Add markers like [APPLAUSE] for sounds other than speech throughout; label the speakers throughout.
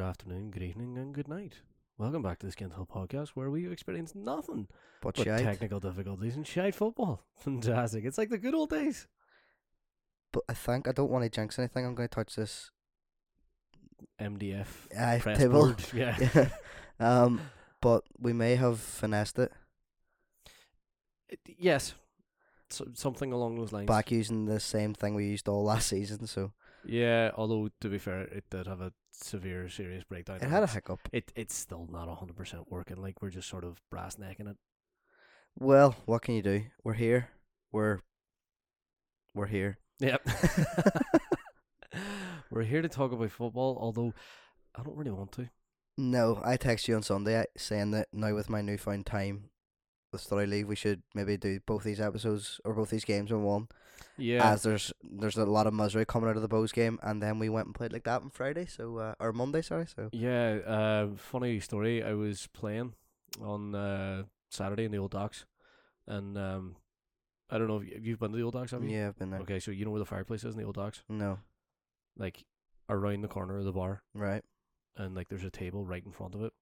Speaker 1: afternoon, good evening, and good night. Welcome back to the Skin Hill podcast, where we experience nothing
Speaker 2: But,
Speaker 1: but
Speaker 2: shite.
Speaker 1: technical difficulties and shite football. [LAUGHS] Fantastic! It's like the good old days.
Speaker 2: but I think I don't want to jinx anything. I'm going to touch
Speaker 1: [LAUGHS]
Speaker 2: this. [LAUGHS]
Speaker 1: MDF
Speaker 2: Aye,
Speaker 1: press
Speaker 2: table.
Speaker 1: board.
Speaker 2: [LAUGHS]
Speaker 1: Yeah.
Speaker 2: Yeah. um, but we may have finessed it
Speaker 1: It- yes. So, something along those lines.
Speaker 2: back using the same thing we used all [LAUGHS] last season. So
Speaker 1: Yeah, although to be fair, it did have a severe, serious breakdown.
Speaker 2: it
Speaker 1: and
Speaker 2: had a
Speaker 1: it's-
Speaker 2: hiccup.
Speaker 1: It it's still not hundred percent working. Like we're just sort of brass necking it.
Speaker 2: Well, what can you do? We're here. We're we're here. [LAUGHS]
Speaker 1: Yep. [LAUGHS] we're here to talk about football, although I don't really want to.
Speaker 2: No, I text you on Sunday uh, saying that now with my newfound time with Story League, we should maybe do both these episodes or both these games in one.
Speaker 1: Yeah.
Speaker 2: As there's there's a lot of misery coming out of the Bows game, and then we went and played like that on Friday, so uh, or Monday, sorry. So
Speaker 1: yeah. Uh, funny story. I was playing on uh, Saturday in the old docks, and um, I don't know if you- you've been to the old docks, have you?
Speaker 2: yeah, I've been there.
Speaker 1: Okay, so you know where the fireplace is in the old docks,
Speaker 2: No,
Speaker 1: like around the corner of the bar,
Speaker 2: right.
Speaker 1: and like there's a table right in front of it.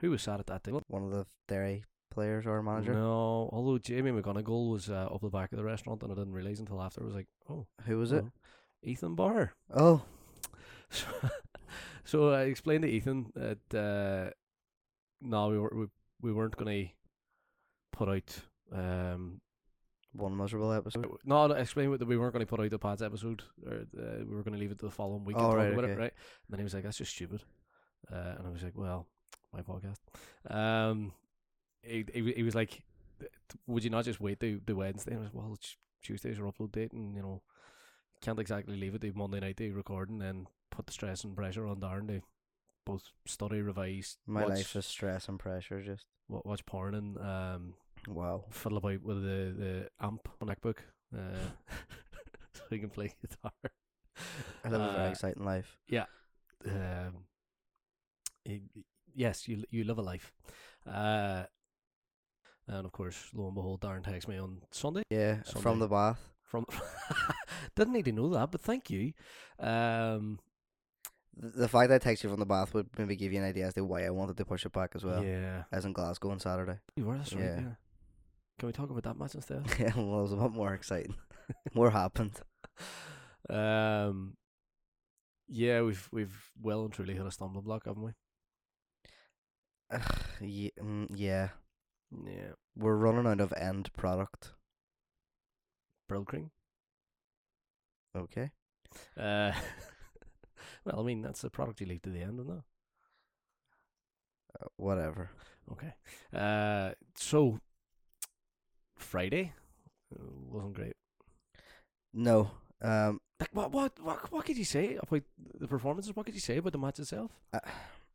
Speaker 1: Who was sat at that table?
Speaker 2: One of the dairy players or manager.
Speaker 1: No, although Jamie McGonigal was uh, up the back of the restaurant, and I didn't realize until after. I was like, oh,
Speaker 2: Who was it?
Speaker 1: hello. Ethan Barr.
Speaker 2: Oh,
Speaker 1: [LAUGHS] So, so I explained to Ethan that uh, no, we were we, we weren't going to put out. Um,
Speaker 2: one miserable episode.
Speaker 1: no, no, I explained that we weren't going to put out the Pats episode, or uh, we were going to leave it to the following week and
Speaker 2: Oh,
Speaker 1: talk
Speaker 2: right,
Speaker 1: about it,
Speaker 2: okay.
Speaker 1: right? And then he was like, "That's just stupid," uh, and I was like, "Well, my podcast." Um, he, he wa- he was like, "Th- "Would you not just wait to the Wednesday?" And I was, "Well, it's Tuesday's your upload date, and you know, can't exactly leave it to Monday night to record and then put the stress and pressure on Darren to both study, revise,
Speaker 2: My
Speaker 1: watch,
Speaker 2: life is stress and pressure. Just
Speaker 1: wa- watch porn, and um,
Speaker 2: wow.
Speaker 1: fiddle about with the the amp on MacBook,
Speaker 2: [LAUGHS]
Speaker 1: uh, so he can play guitar.
Speaker 2: I live a very
Speaker 1: Uh,
Speaker 2: exciting life.
Speaker 1: um, y- y- yes, you you live a life. Uh, and of course, lo and behold, Darren texts me on Sunday
Speaker 2: Yeah, from
Speaker 1: Sunday.
Speaker 2: the bath.
Speaker 1: from. [LAUGHS] Didn't need to know that, but thank you. Um,
Speaker 2: Th- The fact that I texted you from the bath would maybe give you an idea as to why I wanted to push it back as well.
Speaker 1: yeah,
Speaker 2: As in Glasgow on Saturday. [LAUGHS]
Speaker 1: you were that's right. Yeah.
Speaker 2: yeah.
Speaker 1: Can we talk about that match instead? [LAUGHS]
Speaker 2: yeah, well, it was a lot more exciting. more happened.
Speaker 1: um, yeah, we've we've well and truly hit a stumbling block, haven't we?
Speaker 2: Yeah, mm, yeah,
Speaker 1: Yeah,
Speaker 2: we're running out of end product.
Speaker 1: Brill cream.
Speaker 2: Okay.
Speaker 1: Uh, [LAUGHS] well, I mean that's the product you leave to the end, isn't it?
Speaker 2: Uh, whatever.
Speaker 1: Okay. Uh, so Friday uh, wasn't great.
Speaker 2: No. Um,
Speaker 1: Like what, what, what, what could you say about the performances? What could you say about the match itself?
Speaker 2: I,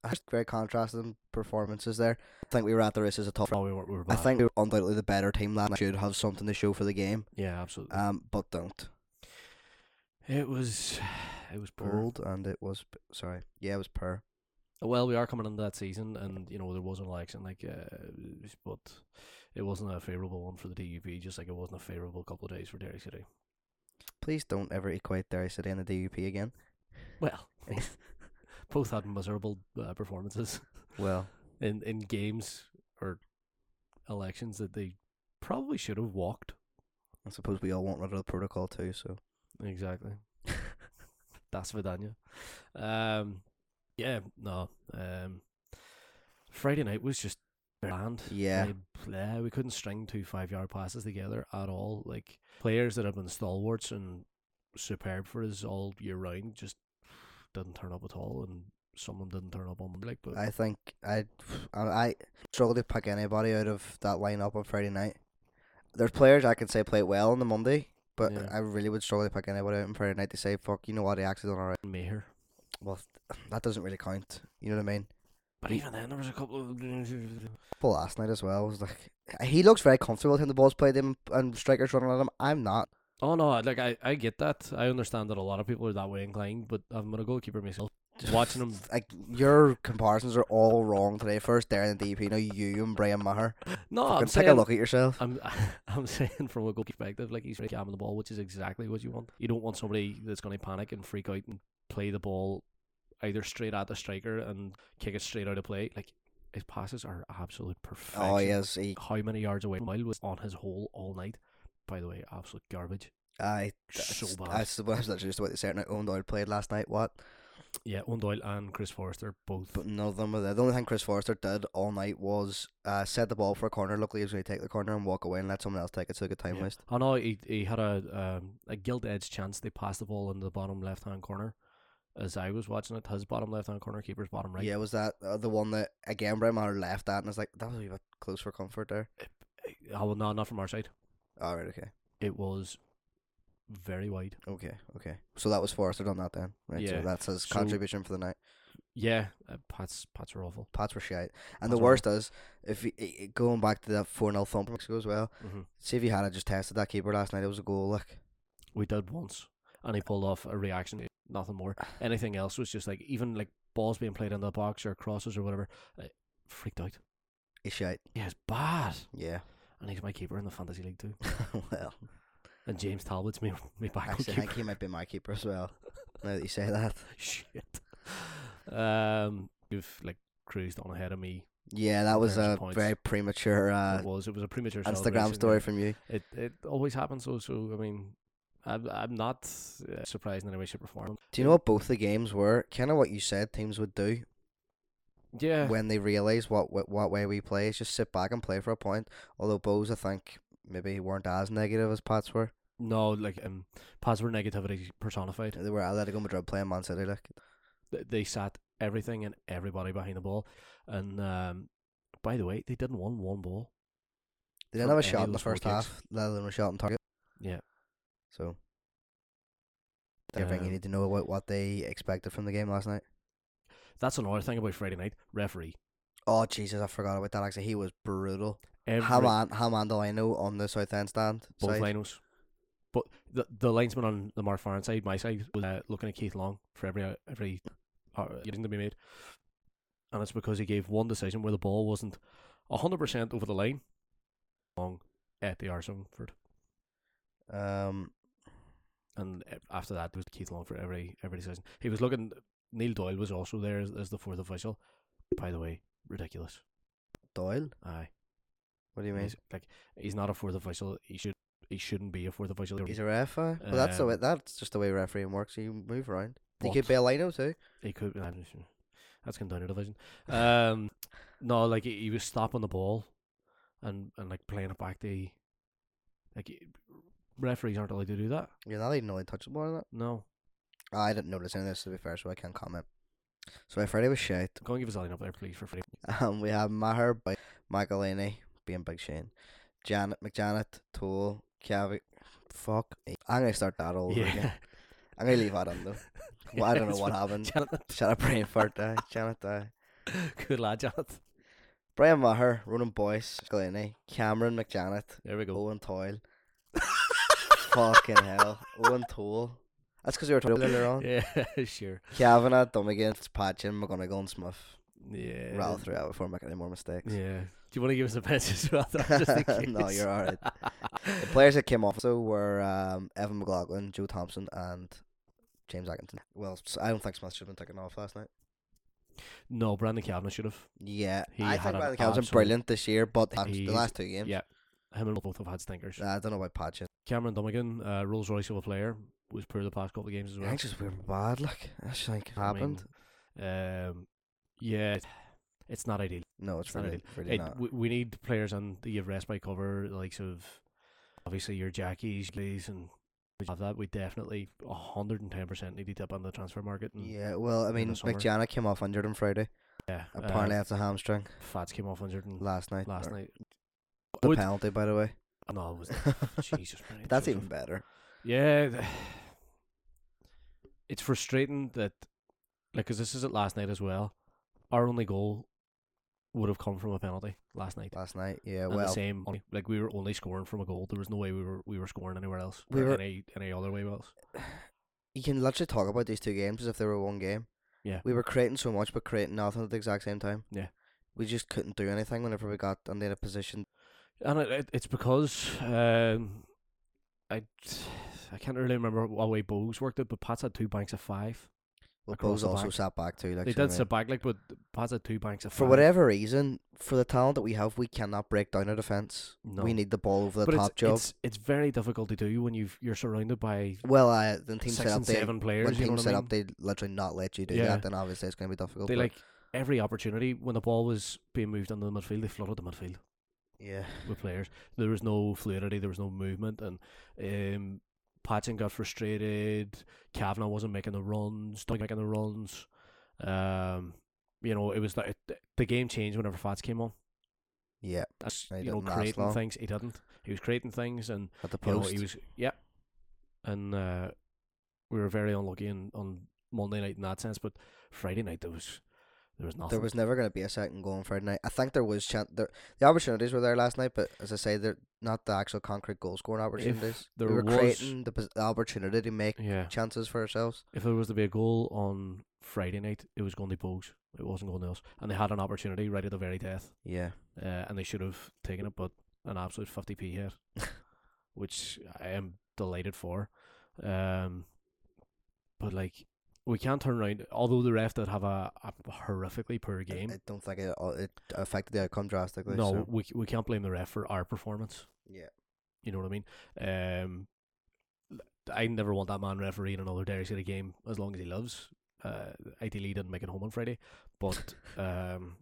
Speaker 2: I had great contrast in performances there. I think we were at the races a top.
Speaker 1: Oh, we were, we were
Speaker 2: I
Speaker 1: bad.
Speaker 2: think we were undoubtedly the better team. That should have something to show for the game.
Speaker 1: yeah, absolutely.
Speaker 2: Um, but don't.
Speaker 1: it was, [SIGHS] it was poor. Uh,
Speaker 2: Bold and it was p- sorry. Yeah, it was per.
Speaker 1: Well, we are coming into that season, and you know there was an election, like, uh, but it wasn't a favourable one for the DUP, just like it wasn't a favourable couple of days for Derry City.
Speaker 2: Please don't ever equate Derry City and the DUP again.
Speaker 1: Well, both had miserable uh, performances.
Speaker 2: Well,
Speaker 1: in in games or elections that they probably should have walked.
Speaker 2: I suppose we all want rid of the protocol too. So
Speaker 1: Exactly. [LAUGHS] That's Vidania. Um, yeah, no. Um, Friday night was just bland.
Speaker 2: yeah,
Speaker 1: Like, bleh, we couldn't string two five yard passes together at all. Like players that have been stalwarts and superb for us all year round just didn't turn up at all, and some of them didn't turn up on Monday. Like, but
Speaker 2: I think I I I struggle to pick anybody out of that lineup on Friday night. There's players I can say played well on the Monday, but
Speaker 1: Yeah.
Speaker 2: I really would struggle to pick anybody out on Friday night to say fuck. You know what? He actually done alright.
Speaker 1: Maher.
Speaker 2: Well, that doesn't really count. You know what I mean?
Speaker 1: But even then, there was a couple of.
Speaker 2: But last night as well was like he looks very comfortable. Him the ball's played him and strikers running at him. I'm not. [SIGHS]
Speaker 1: Oh no, like I, I get that. I understand that a lot of people are that way inclined, but I'm gonna goalkeeper myself.
Speaker 2: [LAUGHS]
Speaker 1: Watching him
Speaker 2: like your comparisons are all wrong today. First there in the DP, now you and Brian Maher.
Speaker 1: No,
Speaker 2: Fucking
Speaker 1: Oh, I'm
Speaker 2: take
Speaker 1: saying,
Speaker 2: a look at yourself.
Speaker 1: I'm [LAUGHS] I'm saying from a goal perspective, like he's really calm on the ball, which is exactly what you want. You don't want somebody that's gonna panic and freak out and play the ball either straight at the striker and kick it straight out of play. Like his passes are absolute perfection.
Speaker 2: Oh, yes, he.
Speaker 1: How many yards away? Mile was on his hole all night. By the way, absolute garbage.
Speaker 2: I. That's,
Speaker 1: So bad.
Speaker 2: that's, what I was literally just about to say. Now, Owen Doyle played last night. What?
Speaker 1: yeah, Owen Doyle and Chris Forrester both.
Speaker 2: But none of them were there. The only thing Chris Forrester did all night was uh, set the ball for a corner. Luckily, he was going to take the corner and walk away and let someone else take it. So good time
Speaker 1: Yeah.
Speaker 2: waste.
Speaker 1: I know Oh, he, he had a um, a gilt edge chance. They passed the ball in the bottom left hand corner. As I was watching it, his bottom left hand corner, keeper's bottom right.
Speaker 2: Yeah, was that uh, the one that again Brian Maher left at and was like that was a wee bit close for comfort there.
Speaker 1: Oh, well, no, not from our side.
Speaker 2: All right, okay,
Speaker 1: It was very wide.
Speaker 2: okay, okay. So that was Forrester done that then, right? So
Speaker 1: Yeah.
Speaker 2: that's his
Speaker 1: So-
Speaker 2: contribution for the night.
Speaker 1: Yeah, uh, Pats Pats were awful.
Speaker 2: Pats were shite, and
Speaker 1: Pats
Speaker 2: the
Speaker 1: were
Speaker 2: worst is if he, i- i- going back to that four 0 thump from Mexico as well.
Speaker 1: hmm
Speaker 2: See if he had just tested that keeper last night, it was a goal. Like
Speaker 1: We did once, and he pulled off a reaction. Nothing [SIGHS] more. Anything else was just like even like balls being played in the box or crosses or whatever. Uh, freaked out.
Speaker 2: he's shite.
Speaker 1: Yeah, it's bad.
Speaker 2: Yeah. [LAUGHS]
Speaker 1: And he's my keeper in the fantasy league too. [LAUGHS]
Speaker 2: well,
Speaker 1: And James Talbot's me [LAUGHS] me back
Speaker 2: actually, I think he might be my keeper as well. Now that you say that,
Speaker 1: [LAUGHS] shit. Um, you've like cruised on ahead of me.
Speaker 2: yeah, that was
Speaker 1: There's
Speaker 2: a
Speaker 1: points.
Speaker 2: very premature uh,
Speaker 1: it was it was a premature celebration,
Speaker 2: Instagram
Speaker 1: yeah.
Speaker 2: story from you.
Speaker 1: It it always happens. So so I mean, I'm I'm not uh, surprised in any way, shape, or form.
Speaker 2: Do you know what both the games were? Kind of what you said teams would do
Speaker 1: Yeah,
Speaker 2: when they realize what, what what way we play is just sit back and play for a point. Although Bows, I think maybe weren't as negative as Pats were.
Speaker 1: no, like um, password negativity personified.
Speaker 2: They were Atletico Madrid playing Man City. Like
Speaker 1: Th- They sat everything and everybody behind the ball, and um, by the way, they didn't win one ball.
Speaker 2: they didn't have
Speaker 1: From
Speaker 2: a
Speaker 1: any of
Speaker 2: shot in the
Speaker 1: those four
Speaker 2: first
Speaker 1: kicks.
Speaker 2: half, let alone a shot on target.
Speaker 1: Yeah.
Speaker 2: So everything you
Speaker 1: Um,
Speaker 2: need to know about what they expected from the game last night.
Speaker 1: That's another thing about Friday night referee.
Speaker 2: Oh Jesus, I forgot about that. Actually, he was brutal.
Speaker 1: Every
Speaker 2: Haman Haman Delano on the south end stand.
Speaker 1: both
Speaker 2: side.
Speaker 1: linos. But the the linesman on the Mark Farron side, my side, was uh, looking at Keith Long for every every uh, getting to be made, and it's because he gave one decision where the ball wasn't hundred percent over the line. Long at the Arsenal for it.
Speaker 2: Um,
Speaker 1: and uh, after that it was Keith Long for every every decision. He was looking. Neil Doyle was also there as, as the fourth official. By the way, ridiculous.
Speaker 2: Doyle.
Speaker 1: Aye,
Speaker 2: What do you mean?
Speaker 1: he's, like he's not a fourth official. He should he shouldn't be a fourth official.
Speaker 2: He's a ref, uh, but that's the way.
Speaker 1: Um,
Speaker 2: That's just the way refereeing works. You move around. He
Speaker 1: What?
Speaker 2: could be a lino too.
Speaker 1: He could. I don't know. That's Contender Division. Um, no, like he, he was stopping the ball, and and like playing it back. The like y- referees aren't allowed to do that.
Speaker 2: You're not even really touching more than
Speaker 1: No,
Speaker 2: that. I didn't notice any of this to be fair, so I can't comment. So my Friday was shite.
Speaker 1: go and give us a line up there, please, for free.
Speaker 2: [LAUGHS] Um, we have Maher by Magdalene being Big Shane, Janet McJanet, Tool, Cavi. Fuck. I'm gonna start that all over again. I'm gonna leave that on
Speaker 1: [LAUGHS]
Speaker 2: though. Well, I don't know
Speaker 1: Yes,
Speaker 2: what
Speaker 1: well,
Speaker 2: happened.
Speaker 1: Jonathan,
Speaker 2: Shut up, brain fart.
Speaker 1: [LAUGHS]
Speaker 2: Die. Janet. Die.
Speaker 1: good lad, Jonathan.
Speaker 2: Brian Maher, Ronan Boyce, Glenny, Cameron McJanet,
Speaker 1: There we go.
Speaker 2: Owen Toyle. Fucking hell. Owen Toole. That's because we were talking earlier on.
Speaker 1: Yeah, [LAUGHS] sure.
Speaker 2: Kavanaugh, Dummigan, Patchin, McGonagall, and Smith.
Speaker 1: Yeah.
Speaker 2: Rattle through that before I make any more mistakes.
Speaker 1: Yeah. Do you want to give us a bench [LAUGHS] as well?
Speaker 2: [LAUGHS]
Speaker 1: Just in case.
Speaker 2: no, you're alright. The players that came off so were um, Evan McLaughlin, Joe Thompson, and James Atkinson. Well, s- I don't think Smith should have been taken off last night.
Speaker 1: [LAUGHS] No, Brandon Kavanagh should have.
Speaker 2: Yeah,
Speaker 1: He
Speaker 2: I
Speaker 1: had
Speaker 2: think
Speaker 1: an
Speaker 2: Brandon Thompson
Speaker 1: absolute-
Speaker 2: brilliant this year, but the
Speaker 1: He's-
Speaker 2: last two games,
Speaker 1: Yeah. Him and both have had stinkers.
Speaker 2: Nah, I don't know about Patchin.
Speaker 1: Cameron Dummigan, uh, Rolls Royce of a player, was poor the past couple of games as well.
Speaker 2: I think just we were bad. Like that's like
Speaker 1: I mean,
Speaker 2: happened.
Speaker 1: Um, yeah, it- it's not ideal.
Speaker 2: no, it's
Speaker 1: it's not
Speaker 2: really, really
Speaker 1: It,
Speaker 2: not.
Speaker 1: we, we need players on the give rest by cover, the likes of obviously your Jackies, Lees, and we have that. We definitely 110% need to dip on the transfer market. And yeah,
Speaker 2: Yeah, well, I
Speaker 1: mm, in the
Speaker 2: mean,
Speaker 1: summer.
Speaker 2: McJana came off injured on Friday.
Speaker 1: uh,
Speaker 2: Apparently, that's a hamstring.
Speaker 1: Fats came off injured and
Speaker 2: Last night,
Speaker 1: last
Speaker 2: or
Speaker 1: night.
Speaker 2: the
Speaker 1: Would-
Speaker 2: penalty, by
Speaker 1: [LAUGHS]
Speaker 2: the way.
Speaker 1: no,
Speaker 2: [LAUGHS]
Speaker 1: it was Jesus. Christ,
Speaker 2: But that's
Speaker 1: Joseph.
Speaker 2: even better.
Speaker 1: Yeah, th- [SIGHS] it's frustrating that, like, because this is it last night as well. Our only goal would have come from a penalty last night.
Speaker 2: Last night, yeah.
Speaker 1: and the
Speaker 2: Uh, Well,
Speaker 1: same, only- like we were only scoring from a goal. There was no way we were we were scoring anywhere else.
Speaker 2: We
Speaker 1: or
Speaker 2: were-
Speaker 1: any any other way else.
Speaker 2: you can literally talk about these two games as if they were one game.
Speaker 1: Yeah.
Speaker 2: we were creating so much, but creating nothing at the exact same time.
Speaker 1: Yeah.
Speaker 2: we just couldn't do anything whenever we got under a position.
Speaker 1: And it, it, it's because um, I I can't really remember what way Bowes worked it, but Pat's had two banks of five.
Speaker 2: Well,
Speaker 1: across
Speaker 2: Bo's
Speaker 1: the
Speaker 2: also
Speaker 1: back.
Speaker 2: sat back too. Like
Speaker 1: They did sit back, like, but Pats had two banks of
Speaker 2: For
Speaker 1: five.
Speaker 2: whatever reason, for the talent that we have, we cannot break down a defense.
Speaker 1: No.
Speaker 2: We need the ball over the
Speaker 1: but it's,
Speaker 2: top job.
Speaker 1: It's, it's very difficult to do when you've you're surrounded by
Speaker 2: Well, uh, then teams
Speaker 1: six
Speaker 2: set up
Speaker 1: and
Speaker 2: they
Speaker 1: seven players.
Speaker 2: when
Speaker 1: you know
Speaker 2: teams
Speaker 1: what
Speaker 2: set
Speaker 1: I mean?
Speaker 2: up they literally not let you do
Speaker 1: Yeah.
Speaker 2: that. Then obviously it's going to be difficult.
Speaker 1: they
Speaker 2: but-
Speaker 1: like every opportunity when the ball was being moved under the midfield, they flooded the midfield
Speaker 2: yeah,
Speaker 1: with players. There was no fluidity, there was no movement, and um, Patson got frustrated. Kavanagh wasn't making the runs, Doug making the runs. Um, you know, it was like it- the game changed whenever Fats came on.
Speaker 2: yeah,
Speaker 1: That's
Speaker 2: He
Speaker 1: you know
Speaker 2: didn't last
Speaker 1: creating
Speaker 2: long.
Speaker 1: things he didn't. He was creating things and
Speaker 2: at the
Speaker 1: you know,
Speaker 2: post.
Speaker 1: he was yeah, and uh, we were very unlucky in, on Monday night in that sense. But Friday night there was there was nothing.
Speaker 2: there was never going to be a second goal on Friday night. I think there was chan- there, the opportunities were there last night, but as I say, they're not the actual concrete goal scoring opportunities.
Speaker 1: there
Speaker 2: we were
Speaker 1: was-
Speaker 2: creating the, pos- the opportunity to make
Speaker 1: yeah,
Speaker 2: chances for ourselves.
Speaker 1: if there was to be a goal on Friday night, it was going to Bogues. It wasn't going to us, and they had an opportunity right at the very death,
Speaker 2: Yeah,
Speaker 1: uh, and they should have taken it, but an absolute fifty
Speaker 2: [LAUGHS]
Speaker 1: p hit, which I am delighted for. Um, but like. We can't turn around, although the ref did have a, a horrifically poor
Speaker 2: I-
Speaker 1: game.
Speaker 2: I, don't think it uh, it affected the outcome drastically.
Speaker 1: No,
Speaker 2: so-
Speaker 1: we c- we can't blame the ref for our performance.
Speaker 2: Yeah.
Speaker 1: You know what I mean? Um, l- I never want that man refereeing another Derry City game as long as he lives. Uh, ideally, he didn't make it home on Friday, but um,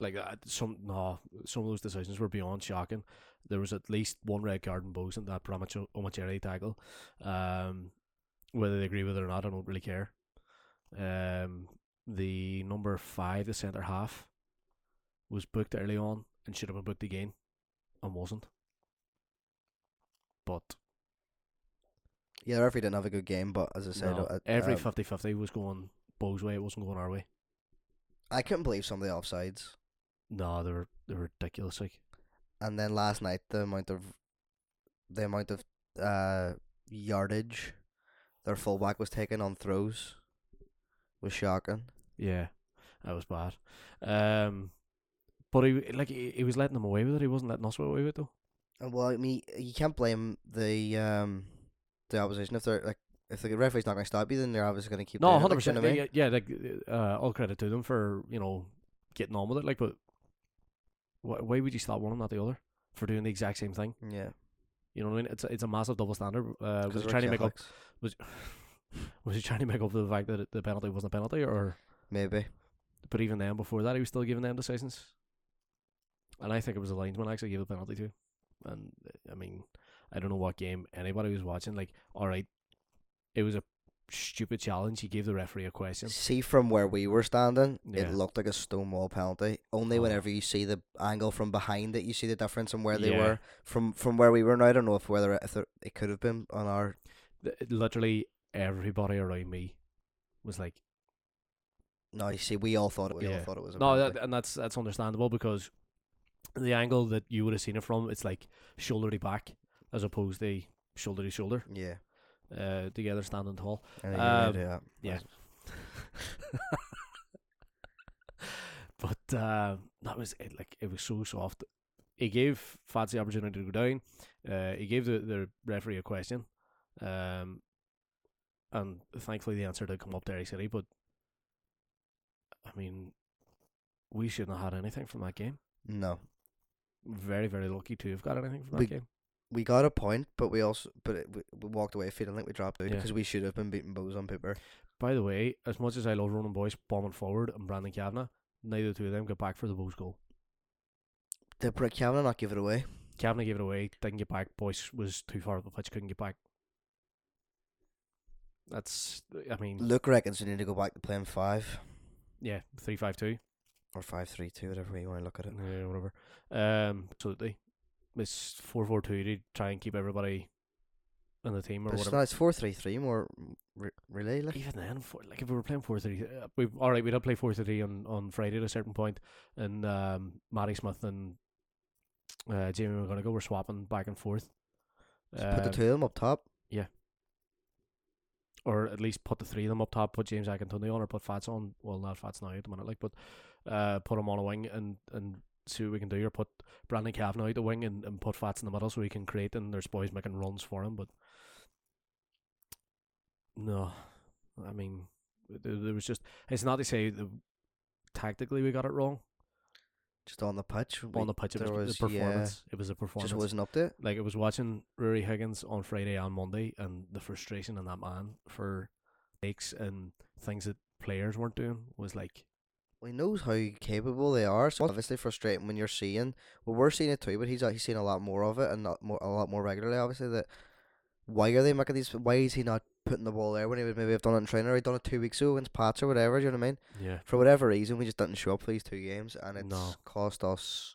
Speaker 1: like uh, some no, some of those decisions were beyond shocking. There was at least one red card in Bogues in that Bramacho Omacheri tackle. Um, whether they agree with it or not, I don't really care. Um, the number five, the centre half, was booked early on and should have been booked again and wasn't. But
Speaker 2: [LAUGHS] Yeah, the referee didn't have a good game, but as I said,
Speaker 1: no,
Speaker 2: uh,
Speaker 1: every
Speaker 2: um,
Speaker 1: 50 50 was going Bo's way, it wasn't going our way.
Speaker 2: I couldn't believe some of the offsides.
Speaker 1: No, they were, they were ridiculous. Like,
Speaker 2: And then last night, the amount of the amount of uh, yardage their fullback was taking on throws was shocking.
Speaker 1: yeah, that was bad. Um, but he like he, he was letting them away with it. He wasn't letting us away with it though.
Speaker 2: And well, I mean, you can't blame the um the opposition if they're like if the referee's not going to stop you, then they're obviously going to keep
Speaker 1: No,
Speaker 2: doing it,
Speaker 1: hundred
Speaker 2: like, you know
Speaker 1: percent.
Speaker 2: what I mean?
Speaker 1: Yeah, like uh, all credit to them for you know getting on with it. Like, but why, why would you stop one and not the other for doing the exact same thing?
Speaker 2: Yeah,
Speaker 1: You know what I mean? It's a- it's a massive double standard. Uh, was
Speaker 2: because
Speaker 1: he
Speaker 2: we're
Speaker 1: trying to make up?
Speaker 2: Catholics.
Speaker 1: Was was he trying to make up for the fact that it- the penalty wasn't a penalty, or?
Speaker 2: Maybe
Speaker 1: But even then, before that, he was still giving them decisions. And I think it was the linesman actually gave the penalty to. And uh, I mean, I don't know what game anybody was watching. Like, all right, it was a stupid challenge. He gave the referee a question.
Speaker 2: see from where we were standing,
Speaker 1: Yeah.
Speaker 2: it looked like a stonewall penalty. Only
Speaker 1: Oh.
Speaker 2: whenever you see the angle from behind it, you see the difference in where they
Speaker 1: Yeah.
Speaker 2: were from from where we were. Now I don't know if whether if there, it could have been on our
Speaker 1: Th- Literally everybody around me was like,
Speaker 2: No, you see, we all thought it. We all
Speaker 1: Yeah.
Speaker 2: thought it was a
Speaker 1: No,
Speaker 2: penalty.
Speaker 1: that, and that's that's understandable because the angle that you would have seen it from, it's like shoulder to back as opposed to shoulder to shoulder,
Speaker 2: yeah.
Speaker 1: uh, together standing tall.
Speaker 2: And then
Speaker 1: Um,
Speaker 2: you really do that.
Speaker 1: yeah. But uh, that was it. Like it was so soft. He gave Fats the opportunity to go down. Uh, he gave the, the referee a question, um, and thankfully the answer did come up Derry City. But I mean, we shouldn't have had anything from that game.
Speaker 2: No,
Speaker 1: Very very lucky to have got anything from that
Speaker 2: We-
Speaker 1: game.
Speaker 2: we got a point, but we also but it, we, we walked away feeling like we dropped out
Speaker 1: Yeah.
Speaker 2: because we should have been beating Bows on paper.
Speaker 1: By the way, as much as I love Ronan Boyce bombing forward and Brandon Kavanagh, neither two of them got back for the Bulls goal.
Speaker 2: Did Brett Kavanaugh not give it away?
Speaker 1: Kavanagh gave it away, didn't get back. Boyce was too far up the pitch, couldn't get back. That's, I mean,
Speaker 2: Luke reckons we need to go back to playing five
Speaker 1: yeah, three five two,
Speaker 2: or five three two, whatever you want to look at it.
Speaker 1: yeah, whatever. Um, absolutely, it's four four two to try and keep everybody in the team or
Speaker 2: But it's
Speaker 1: whatever.
Speaker 2: not. It's four three three more re- really. Like,
Speaker 1: Even then, for, like if we were playing four three, uh, we all right. We did play four three on on Friday at a certain point, and um, Matty Smith and uh, Jamie McGonagall were swapping back and forth.
Speaker 2: just put the
Speaker 1: Um,
Speaker 2: two of them up top.
Speaker 1: or at least put the three of them up top, put James Akintunde on or put Fats on. Well, not Fats now at the minute, like, but uh, put him on a wing and and see what we can do, or put Brandon Kavanagh out the wing and, and put Fats in the middle so he can create and there's boys making runs for him. But no, I mean, there, there was just it's not to say the tactically we got it wrong
Speaker 2: Just on the pitch. we
Speaker 1: on the pitch. It was,
Speaker 2: there
Speaker 1: the
Speaker 2: was- yeah,
Speaker 1: performance. it was a performance.
Speaker 2: just wasn't up to it.
Speaker 1: like it was watching Rory Higgins on Friday and Monday, and the frustration in that man for mistakes and things that players weren't doing was like
Speaker 2: Well, he knows how capable they are. So obviously frustrating when you're seeing. Well, we're seeing it too, but he's he's seen a lot more of it and not more a lot more regularly. Obviously, that why are they making these? Why is he not putting the ball there when he would maybe have done it in training or he done it two weeks ago against Pats or whatever? Do you know what I mean?
Speaker 1: yeah,
Speaker 2: For whatever reason, we just didn't show up for these two games, and it's
Speaker 1: No.
Speaker 2: cost us.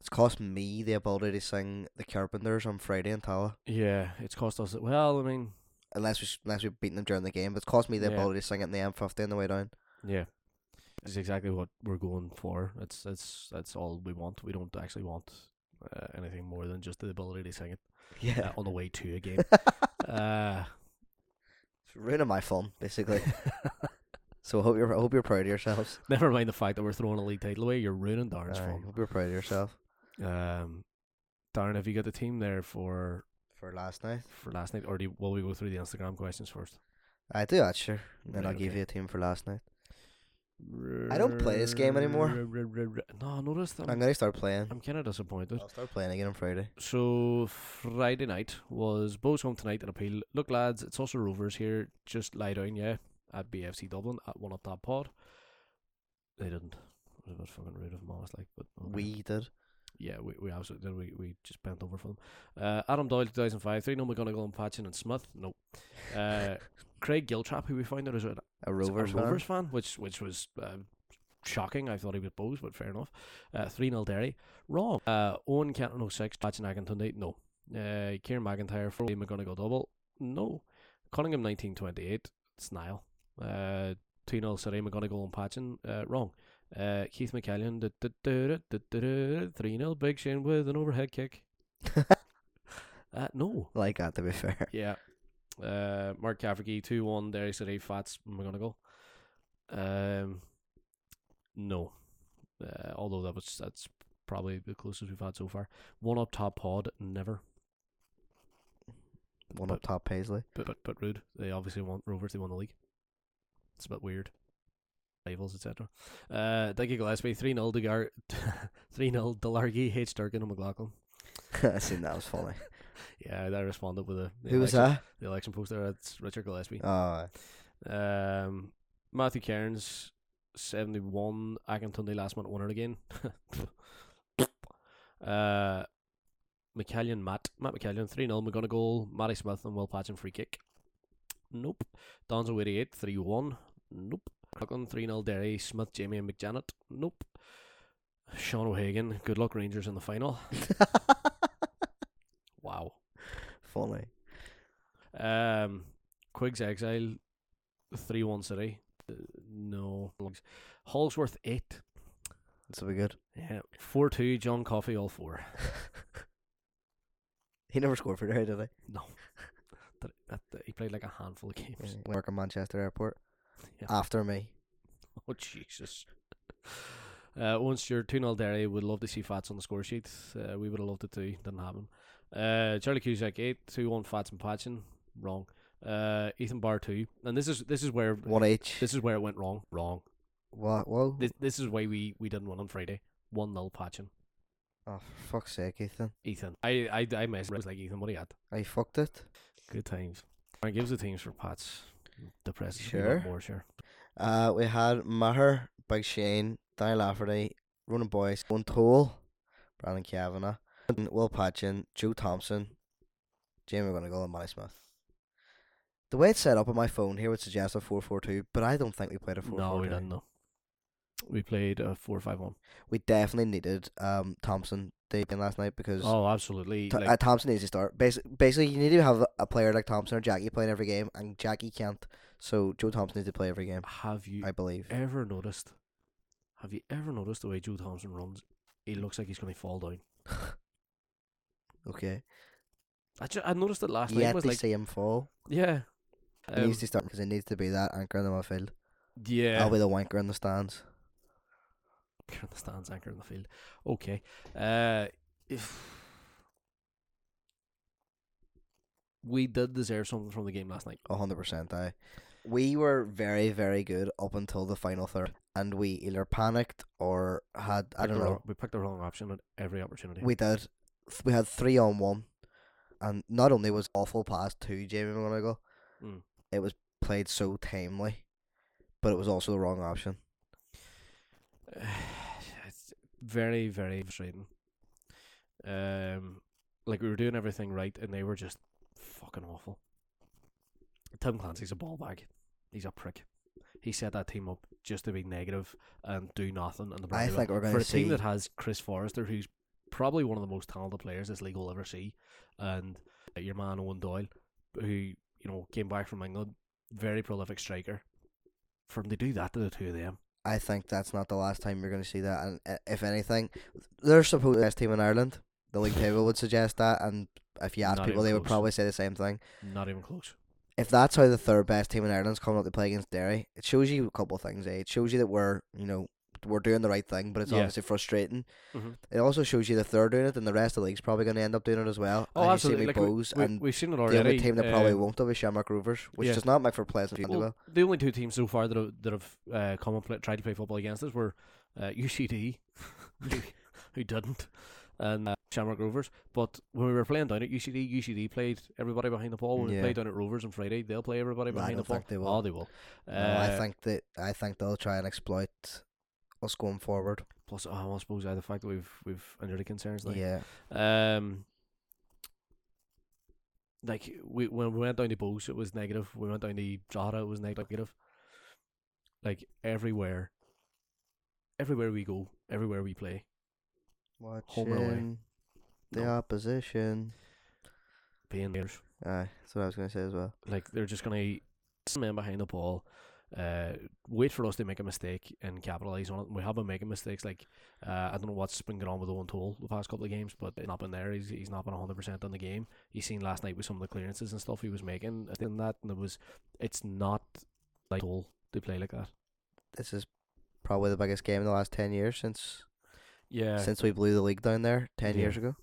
Speaker 2: It's cost me the ability to sing the Carpenters on Friday in Tala,
Speaker 1: yeah. It's cost us. Well, I mean,
Speaker 2: unless we s- unless we beaten them during the game. But it's cost me the
Speaker 1: Yeah.
Speaker 2: ability to sing it in the M50 on the way down.
Speaker 1: yeah, it's exactly what we're going for. It's that's that's all we want. We don't actually want uh, anything more than just the ability to sing it uh,
Speaker 2: [LAUGHS] Yeah,
Speaker 1: on the way to a game. uh,
Speaker 2: it's ruining my fun basically. So I hope you're I hope you're proud of yourselves.
Speaker 1: [LAUGHS] never mind the fact that we're throwing a league title away. You're ruining Darren's
Speaker 2: Aye,
Speaker 1: fun.
Speaker 2: hope you're proud of yourself
Speaker 1: Um, Darren, have you got the team there for
Speaker 2: for last night.
Speaker 1: for last night, or do you, will we go through the Instagram questions first?
Speaker 2: I do actually. And then
Speaker 1: Right,
Speaker 2: I'll give
Speaker 1: okay.
Speaker 2: you a team for last night. I don't play this game anymore.
Speaker 1: [LAUGHS] No, I noticed
Speaker 2: I'm
Speaker 1: I'm,
Speaker 2: gonna start playing.
Speaker 1: I'm kind of disappointed.
Speaker 2: I'll start playing again on Friday.
Speaker 1: So Friday night was Bo's home tonight at appeal. Look, lads, it's also Rovers here. Just lie down, yeah, at BFC Dublin at one up that pod. They didn't. It was a bit fucking rude of them, honest, like, but okay.
Speaker 2: We [LAUGHS] did.
Speaker 1: Yeah, we, we absolutely did. We, we just bent over for them. Uh, Adam Doyle, 2005. 3 0 McGonagall and Patchin and Smith. No. Uh, Craig Giltrap, who we found out is an
Speaker 2: A
Speaker 1: It's
Speaker 2: Rovers.
Speaker 1: a
Speaker 2: fan.
Speaker 1: Rovers fan, which which was um, shocking. I thought he was Bose, but fair enough. Uh, 3 0 Derry. Wrong. Uh, Owen Canton 06, Patchen Aginton, no. Uh, Kieran McIntyre, 4 McGonagall double, no. Cunningham 1928, Snile. Uh, 2 0 City, McGonagall and Patchen, uh, wrong. Uh, Keith McCallion, 3 0 Big Shane with an overhead kick. Uh, no.
Speaker 2: [LAUGHS] like that to be fair.
Speaker 1: Yeah. Uh, Mark Cafferty, 2 1, Derry City, Fats, McGonagall. Um, no. Uh, although that was that's probably the closest we've had so far. One up top pod, never.
Speaker 2: [LAUGHS] One up top Paisley.
Speaker 1: But but, but rude. They obviously want Rovers, they won the league. It's a bit weird. Rivals, etc. Uh Dickie Gillespie, 3 0 [LAUGHS] Degar 3 0 Delargy, H Durkin and McLaughlin.
Speaker 2: [LAUGHS] I seen that was [LAUGHS] funny.
Speaker 1: Yeah, they responded with a the
Speaker 2: Who was
Speaker 1: election-
Speaker 2: that?
Speaker 1: The election poster, it's Richard Gillespie.
Speaker 2: Oh, aye.
Speaker 1: Um, Matthew Cairns, 71. Akinton, the last man won it again. [LAUGHS] uh, McCallion, Matt. Matt McCallion, 3 0. McGonagall, Matty Smith, and Will Patchen free kick. Nope. Donzo, 88, 3 1. Nope. Crooklyn, 3 0. Derry, Smith, Jamie, and McJanet. Nope. Sean O'Hagan, good luck, Rangers, in the final. Wow.
Speaker 2: [LAUGHS] funny.
Speaker 1: Um, Quigs Exile, three one City. Uh, no, Holsworth eight.
Speaker 2: This will be good.
Speaker 1: Yeah, four two. John Coffey all four.
Speaker 2: He never scored for Derry, did he?
Speaker 1: That, that, that- he played like a handful of games.
Speaker 2: Went Work at Manchester Airport.
Speaker 1: Yeah.
Speaker 2: After me.
Speaker 1: [LAUGHS] Oh Jesus. Uh, Owen Stewart, 2 0 Derry. Would love to see Fats on the score sheet. Uh, we would have loved it too. Didn't happen. Uh, Charlie Cusack, 8 2 1 Fats and Patchin. Wrong. Uh, Ethan Barr, 2. And this is this is where
Speaker 2: One each.
Speaker 1: this is where it went wrong. Wrong.
Speaker 2: What? Whoa.
Speaker 1: This, this is why we, we didn't win on Friday. 1 0 Patchin.
Speaker 2: Oh, for fuck's sake, Ethan.
Speaker 1: Ethan. I I I messaged him, I was like Ethan, what do you had?
Speaker 2: I fucked it.
Speaker 1: Good times. I gives the teams for Pats. Depressed.
Speaker 2: Sure.
Speaker 1: More sure.
Speaker 2: Uh, we had Maher, Big Shane, Danny Lafferty, Ronan Boyce, Owen Toll, Brandon Kavanagh, and Will Patchin, Joe Thompson, Jamie McGonigal, and Manny Smith. The way it's set up on my phone here would suggest a 4 4 2, but I don't think we played a 4
Speaker 1: No,
Speaker 2: 4
Speaker 1: we
Speaker 2: 2.
Speaker 1: didn't know. We played a four five one.
Speaker 2: We definitely needed um Thompson deep in last night because
Speaker 1: Oh, absolutely.
Speaker 2: Th-
Speaker 1: like,
Speaker 2: uh, Thompson needs to start. Basically, basically, you need to have a player like Thompson or Jackie playing every game, and Jackie can't. So Joe Thompson needs to play every game,
Speaker 1: have you eh,
Speaker 2: I believe.
Speaker 1: ever noticed? Have you ever noticed the way Joe Thompson runs? He looks like he's going to fall down.
Speaker 2: Okay.
Speaker 1: I, ju- I noticed it last night.
Speaker 2: Yet
Speaker 1: It was
Speaker 2: to
Speaker 1: like
Speaker 2: see him fall.
Speaker 1: yeah,
Speaker 2: He
Speaker 1: um,
Speaker 2: needs to start because he needs to be that anchor in the midfield.
Speaker 1: yeah.
Speaker 2: I'll be the wanker in the stands.
Speaker 1: anchor in the stands, anchor in the field. Okay. Uh, if we did deserve something from the game last night.
Speaker 2: a hundred percent. I we were very, very good up until the final third, and we either panicked or had I
Speaker 1: Picked the
Speaker 2: don't know.
Speaker 1: wrong- we picked the wrong option at every opportunity.
Speaker 2: We did. Th- We had three on one, and not only was awful pass to Jamie McGonagall,
Speaker 1: Mm.
Speaker 2: it was played so timely, but it was also the wrong option.
Speaker 1: [SIGHS] it's very, very frustrating. Um, like we were doing everything right, and they were just fucking awful. Tim Clancy's a ball bag. He's a prick. He set that team up just to be negative and do nothing. And the
Speaker 2: I think we're
Speaker 1: for
Speaker 2: going
Speaker 1: a
Speaker 2: to see.
Speaker 1: team that has Chris Forrester, who's probably one of the most talented players this league will ever see, and uh, your man Owen Doyle, who you know came back from England, very prolific striker. For him to do that to the two of them,
Speaker 2: I think that's not the last time you're going to see that. And i- if anything, they're supposed to be the best team in Ireland. The league table would suggest that, and if you ask
Speaker 1: Not
Speaker 2: people,
Speaker 1: even
Speaker 2: they would
Speaker 1: close.
Speaker 2: probably say the same thing.
Speaker 1: not even close.
Speaker 2: If that's how the third best team in Ireland's coming up to play against Derry, it shows you a couple of things. Eh? It shows you that we're, you know, we're doing the right thing, but it's
Speaker 1: Yeah.
Speaker 2: obviously frustrating.
Speaker 1: Mhm.
Speaker 2: It also shows you that if they're doing it, then the rest of the league's probably going to end up doing it as well.
Speaker 1: Oh,
Speaker 2: and
Speaker 1: absolutely.
Speaker 2: You
Speaker 1: Like,
Speaker 2: see Bose
Speaker 1: we,
Speaker 2: and
Speaker 1: have seen it
Speaker 2: the
Speaker 1: already.
Speaker 2: only team that probably
Speaker 1: uh,
Speaker 2: won't have is Shamrock Rovers, which
Speaker 1: yeah.
Speaker 2: does not make for plays if you do
Speaker 1: well,
Speaker 2: well.
Speaker 1: The only two teams so far that have, that have uh, come and play, tried to play football against us were uh, UCD, [LAUGHS] who- who didn't, and uh, Shamrock Rovers. But when we were playing down at UCD, UCD played everybody behind the ball. When we
Speaker 2: Yeah.
Speaker 1: play down at Rovers on Friday, they'll play everybody
Speaker 2: No, I
Speaker 1: behind the
Speaker 2: don't
Speaker 1: ball.
Speaker 2: think they will.
Speaker 1: Oh, they will.
Speaker 2: no, I
Speaker 1: Uh,
Speaker 2: think that I think they'll try and exploit us going forward.
Speaker 1: Plus, oh, I suppose uh, the fact that we've we've injury concerns. Like,
Speaker 2: Yeah.
Speaker 1: Um, like we when we went down to Bose, it was negative. We went down to Drogheda, it was negative. Like everywhere, everywhere we go, everywhere we play,
Speaker 2: Watching
Speaker 1: Home and away.
Speaker 2: the
Speaker 1: No.
Speaker 2: opposition.
Speaker 1: being leaders,
Speaker 2: Aye, that's what I was going to say as well.
Speaker 1: like they're just gonna some men behind the ball, uh, wait for us to make a mistake and capitalize on it. And we have been making mistakes. Like uh, I don't know what's been going on with Owen Toll the past couple of games, but it's not been there. He's he's not been hundred percent on the game. You seen last night with some of the clearances and stuff he was making in that, and it was it's not like Toll to play like that.
Speaker 2: This is probably the biggest game in the last 10 years since
Speaker 1: Yeah,
Speaker 2: since we blew the league down there 10
Speaker 1: Yeah.
Speaker 2: years ago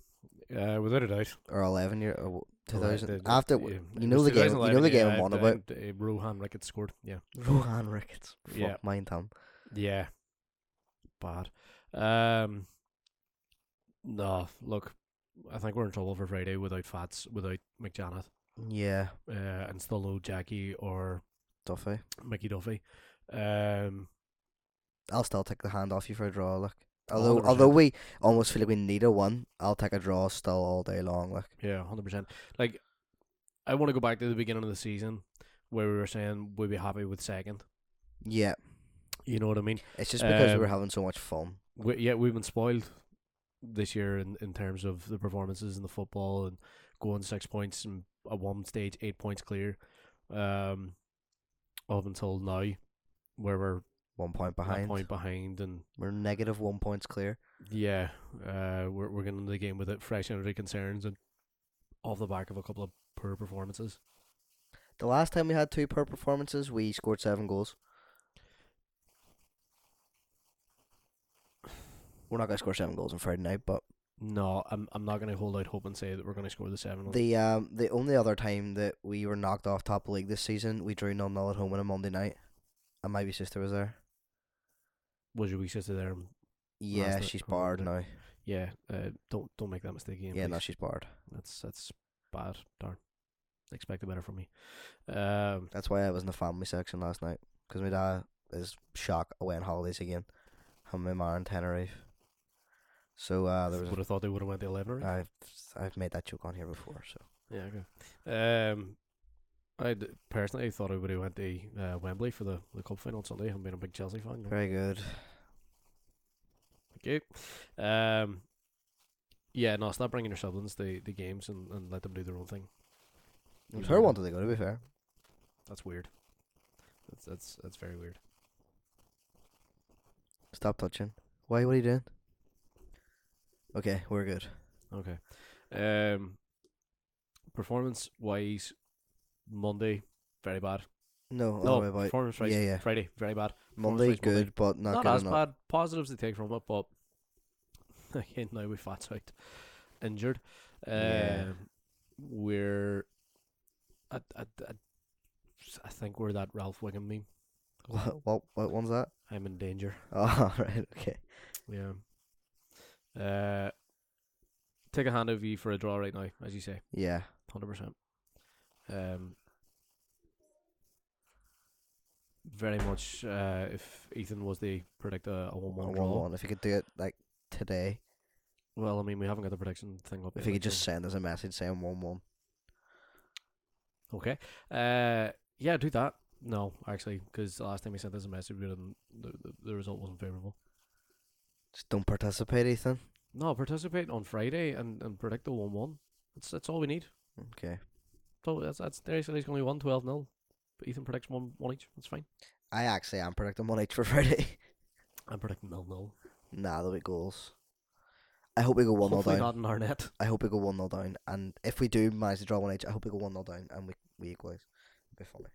Speaker 1: uh, without a doubt.
Speaker 2: or 11 year or w- 2000 after w- you know the game you know the game won about
Speaker 1: uh, Rohan Ricketts scored. Yeah.
Speaker 2: Rohan Ricketts fuck
Speaker 1: Yeah.
Speaker 2: mine Tom
Speaker 1: Yeah. Bad. Um No, look, I think we're in trouble for Friday without Fats, without McJanet,
Speaker 2: yeah
Speaker 1: uh, and still no Jackie or
Speaker 2: Duffy
Speaker 1: Mickey Duffy. Um
Speaker 2: I'll still take the hand off you for a draw look
Speaker 1: A
Speaker 2: although
Speaker 1: hundred
Speaker 2: although
Speaker 1: percent.
Speaker 2: we almost feel like we need a one I'll take a draw still all day long look
Speaker 1: yeah, hundred percent. Like I wanna go back to the beginning of the season where we were saying we'd be happy with second.
Speaker 2: yeah
Speaker 1: You know what I mean?
Speaker 2: it's just because we were
Speaker 1: Um,
Speaker 2: having so much fun
Speaker 1: we, yeah, we've been spoiled this year in, in terms of the performances in the football and going six points and at one stage eight points clear, um, up until now, where we're
Speaker 2: one point
Speaker 1: a
Speaker 2: behind
Speaker 1: point behind and
Speaker 2: we're negative one points clear
Speaker 1: yeah, uh, we're we're going into the game with it fresh energy concerns and off the back of a couple of poor performances.
Speaker 2: the last time we had two per performances we scored seven goals we're not going to score seven goals on Friday night but
Speaker 1: No, I'm I'm not going to hold out hope and say that we're going to score the seven. one.
Speaker 2: The um the only other time that we were knocked off top league this season, we drew nil nil at home on a Monday night, and my wee sister was there.
Speaker 1: was your weak sister there?
Speaker 2: Yeah,
Speaker 1: night,
Speaker 2: she's
Speaker 1: on
Speaker 2: barred
Speaker 1: Monday.
Speaker 2: now.
Speaker 1: Yeah, uh, don't don't make that mistake again.
Speaker 2: Yeah,
Speaker 1: please.
Speaker 2: no, she's barred.
Speaker 1: That's that's bad. Darn. Expected better from me. Um,
Speaker 2: That's why I was in the family section last night because my dad is shocked away on holidays again, and my mom in Tenerife. So uh, there was. Uh,
Speaker 1: would have thought they would have went to eleven. Right?
Speaker 2: I've I've made that joke on here before, so
Speaker 1: yeah. Okay. Um, I personally thought I would have went to uh, Wembley for the the cup final on Sunday. I'm being a big Chelsea fan. you know.
Speaker 2: very good.
Speaker 1: Thank you. Um, yeah. No, stop bringing your siblings to the games and, and let them do their own thing.
Speaker 2: It was
Speaker 1: You
Speaker 2: her
Speaker 1: know,
Speaker 2: one to go. To be fair,
Speaker 1: That's weird. That's that's that's very weird.
Speaker 2: stop touching. Why? What are you doing? Okay, we're good.
Speaker 1: Okay. Um, performance wise, Monday very bad.
Speaker 2: No,
Speaker 1: No,
Speaker 2: all the way about
Speaker 1: performance wise,
Speaker 2: yeah, yeah.
Speaker 1: Friday very bad.
Speaker 2: Monday
Speaker 1: Monday.
Speaker 2: good, but not,
Speaker 1: not,
Speaker 2: good
Speaker 1: as
Speaker 2: enough.
Speaker 1: bad. Positives to take from it, but [LAUGHS] again, now we fats out injured. Um,
Speaker 2: Yeah.
Speaker 1: We're I, I, I I think we're that Ralph Wiggum meme.
Speaker 2: What what what one's that? [LAUGHS]
Speaker 1: I'm in danger.
Speaker 2: Oh right, okay.
Speaker 1: Yeah. Uh, take a hand over you for a draw right now, as you say,
Speaker 2: Yeah.
Speaker 1: hundred percent. Um, very much. Uh, if Ethan was the predict a, a
Speaker 2: One one
Speaker 1: one-one draw,
Speaker 2: If you could do it like today,
Speaker 1: well, I mean, we haven't got the prediction thing up.
Speaker 2: if
Speaker 1: yet,
Speaker 2: you
Speaker 1: like,
Speaker 2: could
Speaker 1: so-
Speaker 2: just send us a message saying one one.
Speaker 1: Okay. Uh, yeah, do that. No, actually, because the last time we sent us a message, we didn't. The, the, the result wasn't favorable.
Speaker 2: Just don't participate, Ethan.
Speaker 1: No, participate on Friday and, and predict the one-one. That's that's all we need.
Speaker 2: Okay.
Speaker 1: So that's that's there. So there's going to be one twelve nil. But Ethan predicts one one each. That's fine.
Speaker 2: I actually am predicting one each for [LAUGHS] Friday.
Speaker 1: I'm predicting nil nil.
Speaker 2: nah, there'll be goals. I hope we go one 0
Speaker 1: Hopefully
Speaker 2: down.
Speaker 1: not in our net.
Speaker 2: I hope we go one 0 down. And if we do manage to draw one each, I hope we go one 0 down and we we equalise. It'd be funny.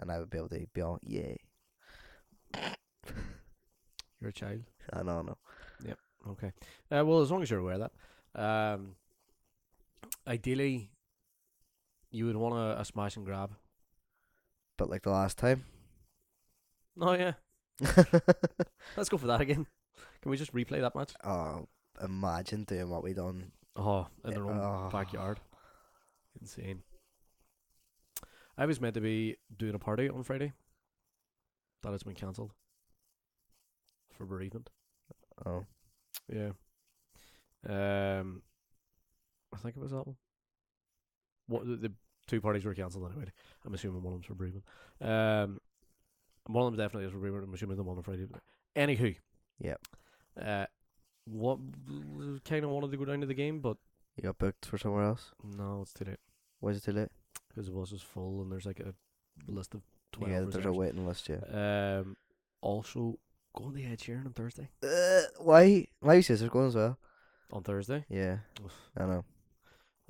Speaker 2: And I would be able to be all yeah.
Speaker 1: You're a child.
Speaker 2: I know, I know.
Speaker 1: Okay. Uh, well, as long as you're aware of that, um, ideally, you would want a, a smash and grab.
Speaker 2: But like the last time. [LAUGHS]
Speaker 1: Oh yeah, let's go for that again. Can we just replay that match?
Speaker 2: oh, imagine doing what we done.
Speaker 1: Oh, in their own
Speaker 2: Oh.
Speaker 1: backyard. Insane. I was meant to be doing a party on Friday. That has been cancelled. For bereavement.
Speaker 2: Oh.
Speaker 1: Yeah. Um I think it was that one. What the, the two parties were cancelled anyway. I'm assuming one of them's for bereavement. Um one of them definitely is for bereavement, I'm assuming the one on Friday. Anywho.
Speaker 2: Yep.
Speaker 1: Uh what kind of wanted to go down to the game, but
Speaker 2: You got booked for somewhere else?
Speaker 1: no, it's too late
Speaker 2: Was it too late?
Speaker 1: because the bus is full and there's like a list of twelve.
Speaker 2: Yeah, there's a
Speaker 1: reserves.
Speaker 2: waiting list, yeah.
Speaker 1: Um, also go on the Ed Sheeran on Thursday.
Speaker 2: Uh, why? My sister's going as well.
Speaker 1: On Thursday,
Speaker 2: Yeah,
Speaker 1: Oof.
Speaker 2: I know.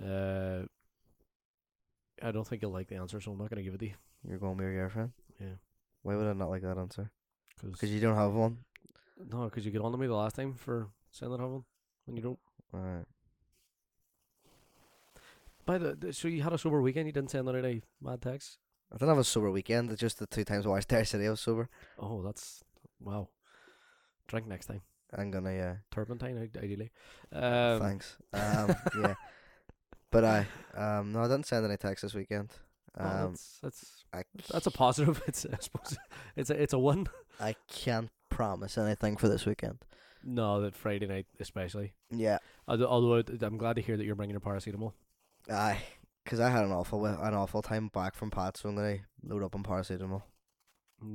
Speaker 1: uh, I don't think you'll like the answer, so I'm not gonna give it to you
Speaker 2: You're going with your girlfriend?
Speaker 1: Yeah.
Speaker 2: Why would I not like that answer? Because
Speaker 1: because
Speaker 2: you don't have one?
Speaker 1: no, because you get on to me the last time for saying that one when you don't.
Speaker 2: Alright.
Speaker 1: By the th- so you had a sober weekend, you didn't send out any mad texts.
Speaker 2: I didn't have a sober weekend. It's just the two times I watched [LAUGHS] Dare City, I was sober.
Speaker 1: Oh, that's wow. Drink next time,
Speaker 2: I'm gonna, yeah.
Speaker 1: turpentine ide- ideally.
Speaker 2: [LAUGHS]
Speaker 1: Um,
Speaker 2: Thanks. Um, yeah. But I, um, no, I didn't send any texts this weekend.
Speaker 1: oh,
Speaker 2: Um,
Speaker 1: that's that's
Speaker 2: I,
Speaker 1: that's a positive. [LAUGHS] It's I suppose it's a it's a one.
Speaker 2: I can't promise anything for this weekend.
Speaker 1: No, that Friday night especially.
Speaker 2: Yeah.
Speaker 1: Although, although it- I'm glad to hear that you're bringing a paracetamol.
Speaker 2: Aye. Because I had an awful, wi- an awful time back from Pats when they load up on paracetamol.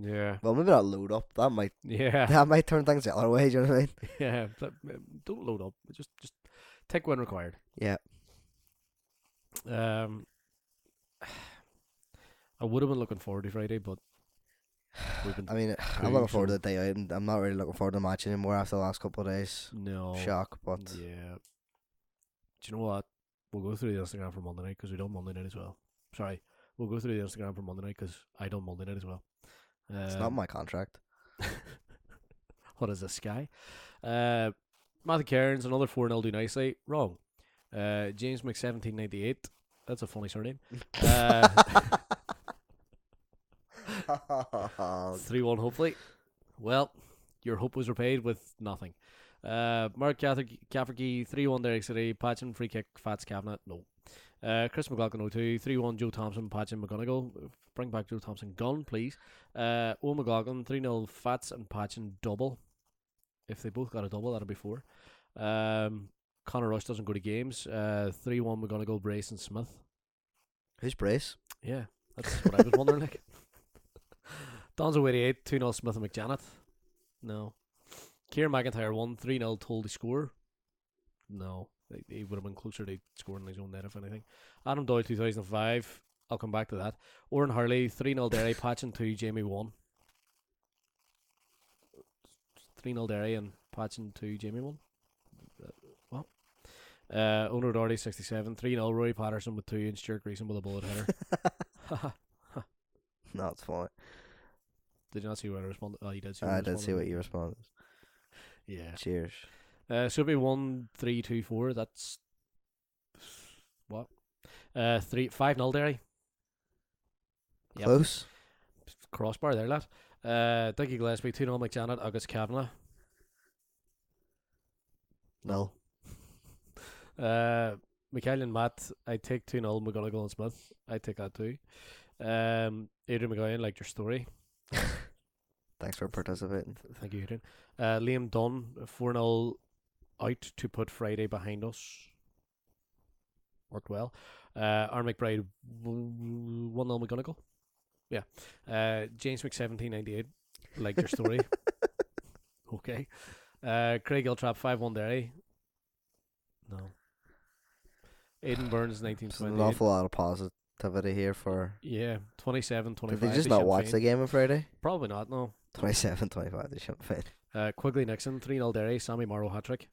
Speaker 1: Yeah,
Speaker 2: Well, maybe not load up. That [LAUGHS] might
Speaker 1: yeah,
Speaker 2: that might turn things the other way. [LAUGHS] Do you know what I mean?
Speaker 1: yeah. But, uh, don't load up. Just just take when required.
Speaker 2: Yeah.
Speaker 1: Um, [SIGHS] I would have been looking forward to Friday, but
Speaker 2: [SIGHS]
Speaker 1: we've been
Speaker 2: I mean,
Speaker 1: True,
Speaker 2: I'm looking forward
Speaker 1: true.
Speaker 2: to the day out, and I'm not really looking forward to the match anymore after the last couple of days.
Speaker 1: [SIGHS] no.
Speaker 2: Shock, but
Speaker 1: Yeah. Do you know what? We'll go through the Instagram for Monday night because we done Monday night as well. Sorry, we'll go through the Instagram for Monday night because I done Monday night as well. Um,
Speaker 2: it's not my contract.
Speaker 1: [LAUGHS] what is this guy? Uh, Matthew Cairns, another 4 0 do nicely. Wrong. Uh, James Mc 1798. That's a funny surname. uh,
Speaker 2: Oh,
Speaker 1: 3 1, hopefully. Well, your hope was repaid with nothing. Uh, Mark Cathar- Cafferty, 3 1 Derek City. Patchin, free kick, Fats Kavanagh. No. Uh, Chris McLaughlin 02, 3 1 Joe Thompson, Patchin McGonagall. Bring back Joe Thompson gun, please. Uh, O McLaughlin, 3 0 Fats and Patchin double. If they both got a double, that'd be four. Um, Connor Rush doesn't go to games. 3 1 McGonagall, Brace and Smith.
Speaker 2: [LAUGHS] Who's
Speaker 1: [LAUGHS]
Speaker 2: Brace?
Speaker 1: Yeah, that's what I was wondering. Like, [LAUGHS] Don's away to 8, 2 0 Smith and McJanet. No. Kieran McIntyre won 3 0 told to score. No. He- He would have been closer to scoring his own net, if anything. Adam Doyle, 2005. I'll come back to that. Oren Harley, 3 0 [LAUGHS] Derry, Patchin 2, Jamie 1. 3 0 Derry and Patchin 2, Jamie 1. Uh, What? Uh, Owner Doherty, 67. 3 0 Rory Patterson with 2 and Stuart Grayson with a bullet header.
Speaker 2: no, it's funny.
Speaker 1: Did you not see what I responded? Oh, you did see.
Speaker 2: I
Speaker 1: did
Speaker 2: did see what you responded.
Speaker 1: Yeah.
Speaker 2: Cheers.
Speaker 1: Uh, so it'll be one three two four. That's what. Uh, three five nil Derry. Yep. [LAUGHS]
Speaker 2: Close.
Speaker 1: Crossbar there, lad. Uh, Dougie Gillespie, 2 0 McJanet, August Kavanagh.
Speaker 2: Nil.
Speaker 1: [LAUGHS] Uh, Mikhail and Matt, I take 2 0 McGonagall and Smith. I take that too. Um, Adrian McGowan, liked your story.
Speaker 2: Thanks for participating.
Speaker 1: Thank you, Adrian. Uh, Liam Dunn, 4 0 out to put Friday behind us. Worked well. Uh, R. McBride, 1 0 McGonagall. Yeah. Uh, James Mc 1798, liked
Speaker 2: [LAUGHS]
Speaker 1: your story. okay. Uh, Craig Giltrap, 5 1 Derry. eh? No.
Speaker 2: [SIGHS]
Speaker 1: Aiden Burns,
Speaker 2: There's an
Speaker 1: 1928.
Speaker 2: awful lot of positivity here for.
Speaker 1: Yeah, 27 25.
Speaker 2: Did they just not watch the game on Friday? [LAUGHS]
Speaker 1: Probably not, no.
Speaker 2: 27 25, they shouldn't fit.
Speaker 1: Uh, Quigley Nixon, 3 0 Derry, Sammy Morrow hat trick.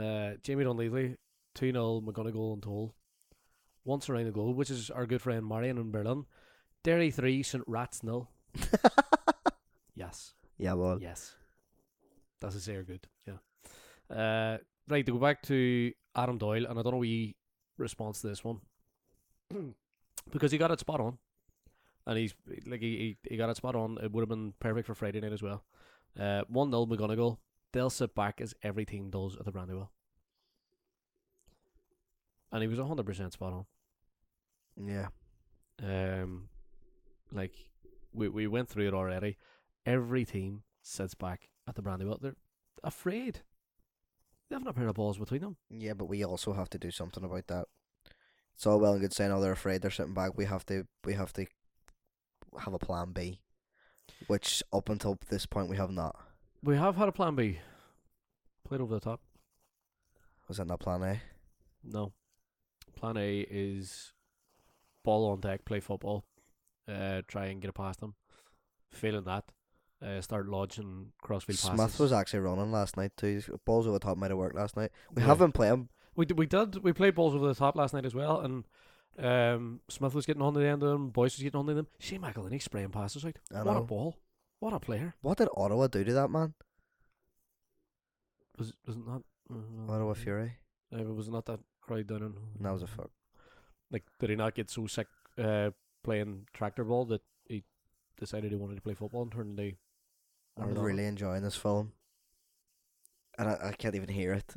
Speaker 1: uh, Jamie Dunleavy, 2 0 McGonagall and Toll. Once around the goal, which is our good friend Marion in Berlin. Derry 3, St. Rats nil. Yes.
Speaker 2: [LAUGHS] yeah, well,
Speaker 1: Yes. That's a sehr good. Yeah. Uh, right, to go back to Adam Doyle, and I don't know we response to this one [CLEARS THROAT] because he got it spot on, and he's like he, he, he got it spot on. It would have been perfect for Friday night as well. Uh, one 0 McGonagall. They'll sit back as every team does at the Brandywell, and he was hundred percent spot on.
Speaker 2: yeah.
Speaker 1: Um, like we we went through it already. Every team sits back at the Brandywell. They're afraid. They haven't a pair of balls between them.
Speaker 2: Yeah, but we also have to do something about that. It's all well and good saying, "Oh, they're afraid they're sitting back." We have to, we have to have a plan B, which up until this point we have not.
Speaker 1: We have had a plan B. Played over the top.
Speaker 2: Was that not plan A?
Speaker 1: No. Plan A is ball on deck, play football, uh, try and get it past them. Failing that, uh, start lodging crossfield passes.
Speaker 2: Smith was actually running last night too. Balls over the top might have worked last night. We
Speaker 1: Yeah.
Speaker 2: have been playing.
Speaker 1: We d- we did we played balls over the top last night as well, and um, Smith was getting on to the end of them. Boyce was getting on to them. Shane McElhinney spraying passes out.
Speaker 2: I
Speaker 1: What a
Speaker 2: know.
Speaker 1: ball! What a player!
Speaker 2: What did Ottawa do to that man?
Speaker 1: Was was it not? uh,
Speaker 2: Ottawa Fury.
Speaker 1: uh, was it not that crowd down in?
Speaker 2: And that was a fuck.
Speaker 1: Like, did he not get so sick uh, playing tractor ball that he decided he wanted to play football and turned into?
Speaker 2: I'm
Speaker 1: Maradona?
Speaker 2: really enjoying this film, and I, I can't even hear it.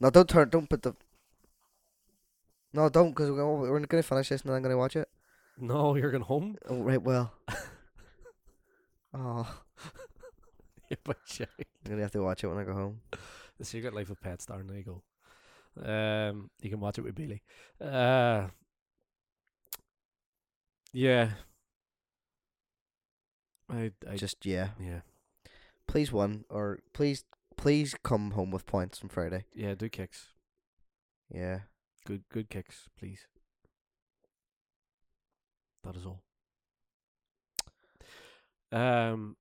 Speaker 2: No, don't turn. Don't put the. No, don't, because we're gonna, we're gonna finish this and then I'm gonna watch it.
Speaker 1: No, you're going home. [LAUGHS]
Speaker 2: Oh, right, well. [LAUGHS] oh,
Speaker 1: Yeah, but yeah,
Speaker 2: I'm going to have to watch it when I go home.
Speaker 1: the Secret Life of Pets. Darn, there you go. Um, you can watch it with Billy. Uh, yeah. I, I
Speaker 2: Just, yeah.
Speaker 1: yeah
Speaker 2: Please win, or please, please come home with points on Friday.
Speaker 1: yeah do kicks.
Speaker 2: Yeah.
Speaker 1: Good good kicks, please. That is all. Um,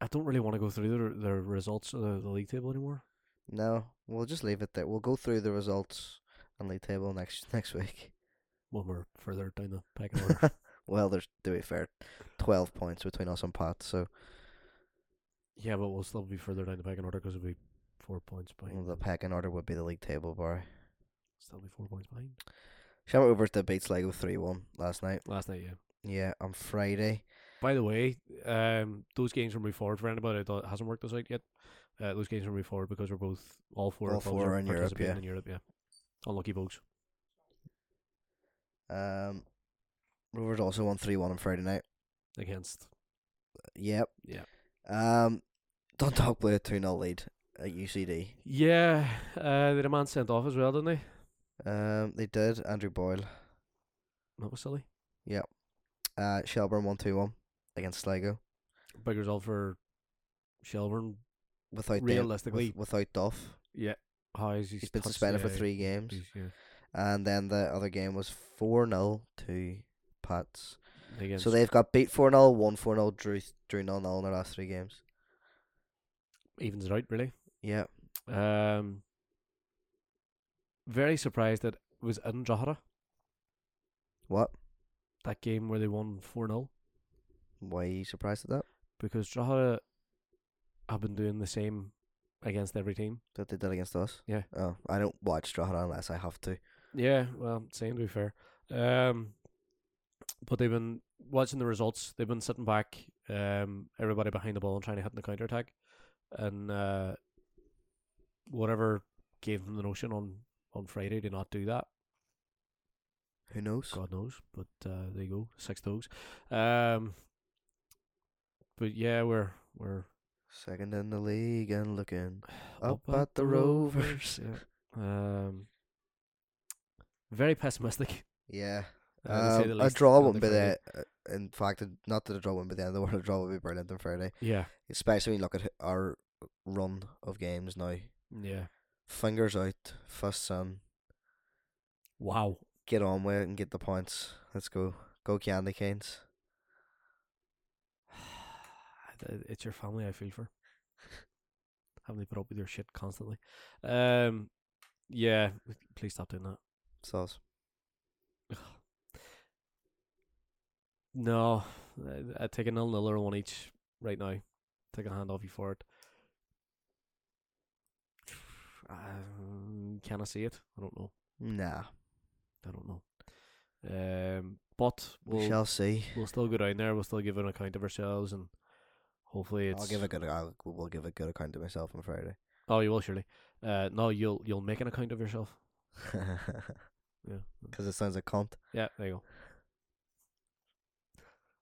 Speaker 1: I don't really want to go through the the results of the, the league table anymore.
Speaker 2: No, we'll just leave it there. We'll go through the results and league table next next week.
Speaker 1: When we're further down the pecking [LAUGHS] order.
Speaker 2: [LAUGHS] well, there's, to be fair, 12 points between us and Pat, so
Speaker 1: Yeah, but we'll still be further down the pecking order because it'll be four points behind.
Speaker 2: the pecking order would be the league table bar.
Speaker 1: Still be four points behind.
Speaker 2: Shamrock Rovers did beats Lego 3 1 last night.
Speaker 1: Last night, yeah.
Speaker 2: Yeah, on Friday.
Speaker 1: By the way, um, those games from forward for anybody that hasn't worked this out yet, uh, those games from forward because we're both all four.
Speaker 2: All
Speaker 1: clubs
Speaker 2: four
Speaker 1: are
Speaker 2: in Europe,
Speaker 1: participating
Speaker 2: yeah.
Speaker 1: In Europe, yeah. Unlucky bugs.
Speaker 2: Um, Rovers also won 3 1 on Friday night.
Speaker 1: against.
Speaker 2: Yep.
Speaker 1: Yeah.
Speaker 2: Um, Dundalk blew a 2 0 lead at UCD.
Speaker 1: Yeah, uh, they had a man sent off as well, didn't they?
Speaker 2: Um, they did. Andrew Boyle.
Speaker 1: That was silly.
Speaker 2: Uh, Shelburne 1 2 1 against Sligo.
Speaker 1: Big result for Shelburne.
Speaker 2: Without Dan- with-
Speaker 1: Realistically-
Speaker 2: without Duff.
Speaker 1: Yeah, how is he? uh,
Speaker 2: He's been suspended for three games.
Speaker 1: Yeah.
Speaker 2: And then the other game was 4 0 to Pats.
Speaker 1: Against
Speaker 2: So they've got beat 4 0, 1 4 0, drew, drew 0 0 in their last three games.
Speaker 1: evens it out really.
Speaker 2: Yeah.
Speaker 1: Um, very surprised that it was Andrahara
Speaker 2: What?
Speaker 1: that game where they won 4 0
Speaker 2: Why are you surprised at that?
Speaker 1: because Drahara have been doing the same against every team.
Speaker 2: That they did against us?
Speaker 1: Yeah.
Speaker 2: Oh, I don't watch Strahran unless I have to.
Speaker 1: Yeah, well, same to be fair. Um, but they've been watching the results. They've been sitting back, um, everybody behind the ball and trying to hit in the counter attack, and uh, whatever gave them the notion on on Friday to not do that.
Speaker 2: Who knows?
Speaker 1: God knows, but uh, there you go, six toes. Um, but yeah, we're we're
Speaker 2: Second in the league and
Speaker 1: [SIGHS]
Speaker 2: looking up,
Speaker 1: Up at
Speaker 2: at the
Speaker 1: the
Speaker 2: Rovers.
Speaker 1: um
Speaker 2: [LAUGHS]
Speaker 1: very pessimistic.
Speaker 2: Yeah.
Speaker 1: uh, to say the
Speaker 2: Um, a
Speaker 1: least,
Speaker 2: draw
Speaker 1: on
Speaker 2: wouldn't be
Speaker 1: the
Speaker 2: the. uh, In fact, it- not that a draw wouldn't be the end of the world. A draw would be brilliant on Friday,
Speaker 1: Yeah,
Speaker 2: especially when you look at our run of games now.
Speaker 1: yeah.
Speaker 2: Fingers out, first on.
Speaker 1: Wow. [SIGHS]
Speaker 2: Get on with it and get the points. Let's go, go Candy Canes.
Speaker 1: Th- It's your family I feel for. Having to put up with your shit constantly. Um, yeah, please stop doing that.
Speaker 2: Sauce.
Speaker 1: No, I, I take a nil nil or a one each right now. Take a hand off you for it. [SIGHS] Um, can I see it? I don't know.
Speaker 2: Nah,
Speaker 1: I don't know. Um, but
Speaker 2: we
Speaker 1: we'll
Speaker 2: shall see.
Speaker 1: we'll still go down there. We'll still give an account of ourselves, and hopefully it's.
Speaker 2: I'll give a good. I'll, we'll give a good account of myself on Friday. [LAUGHS]
Speaker 1: Oh, you will surely. Uh, no, you'll you'll make an account of yourself. Yeah.
Speaker 2: Because it sounds a cunt.
Speaker 1: Yeah, there you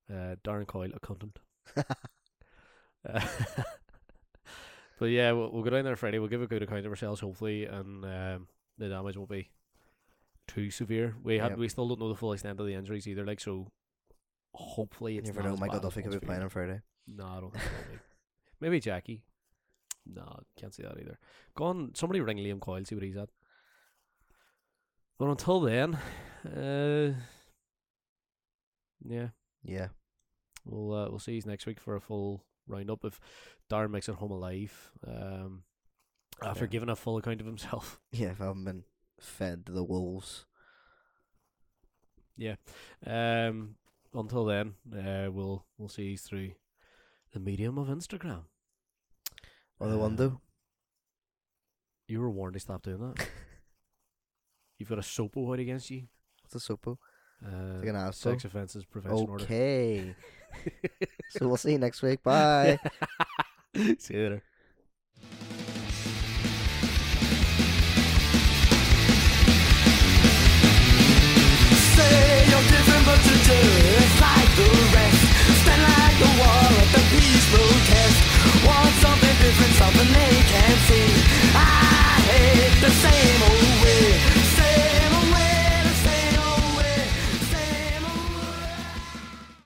Speaker 1: go. Uh, Darren Coyle, accountant. Uh, [LAUGHS] but yeah, we'll, we'll go down there Friday. We'll give a good account of ourselves, hopefully, and um, the damage won't be too severe. We had
Speaker 2: Yep.
Speaker 1: we still don't know the full extent of the injuries either. Like so, hopefully
Speaker 2: You
Speaker 1: it's
Speaker 2: never
Speaker 1: not
Speaker 2: know.
Speaker 1: as
Speaker 2: Michael
Speaker 1: bad as
Speaker 2: Duffy could
Speaker 1: once
Speaker 2: be
Speaker 1: feared.
Speaker 2: playing on Friday.
Speaker 1: No, I don't think so. Maybe. maybe Jackie. No, can't see that either. Go on, somebody ring Liam Coyle, see what he's at. But until then, uh, yeah,
Speaker 2: Yeah. [LAUGHS]
Speaker 1: we'll uh, we'll see you next week for a full roundup if Darren makes it home alive. Um, after
Speaker 2: Yeah.
Speaker 1: giving a full account of himself. [LAUGHS]
Speaker 2: Yeah. If I haven't been fed to the wolves.
Speaker 1: Um, until then, uh, we'll we'll see you through the medium of Instagram.
Speaker 2: Or the [LAUGHS]
Speaker 1: Uh,
Speaker 2: window.
Speaker 1: You were warned to stop doing that. You've got a SOPO out against you.
Speaker 2: What's a sopo?
Speaker 1: Uh,
Speaker 2: Like an asshole.
Speaker 1: sex offences prevention order.
Speaker 2: Okay.
Speaker 1: [LAUGHS]
Speaker 2: so we'll see you next week. Bye.
Speaker 1: See you later.
Speaker 3: Say you're different, but you just like the rest. Stand like the wall at the peaceful camp.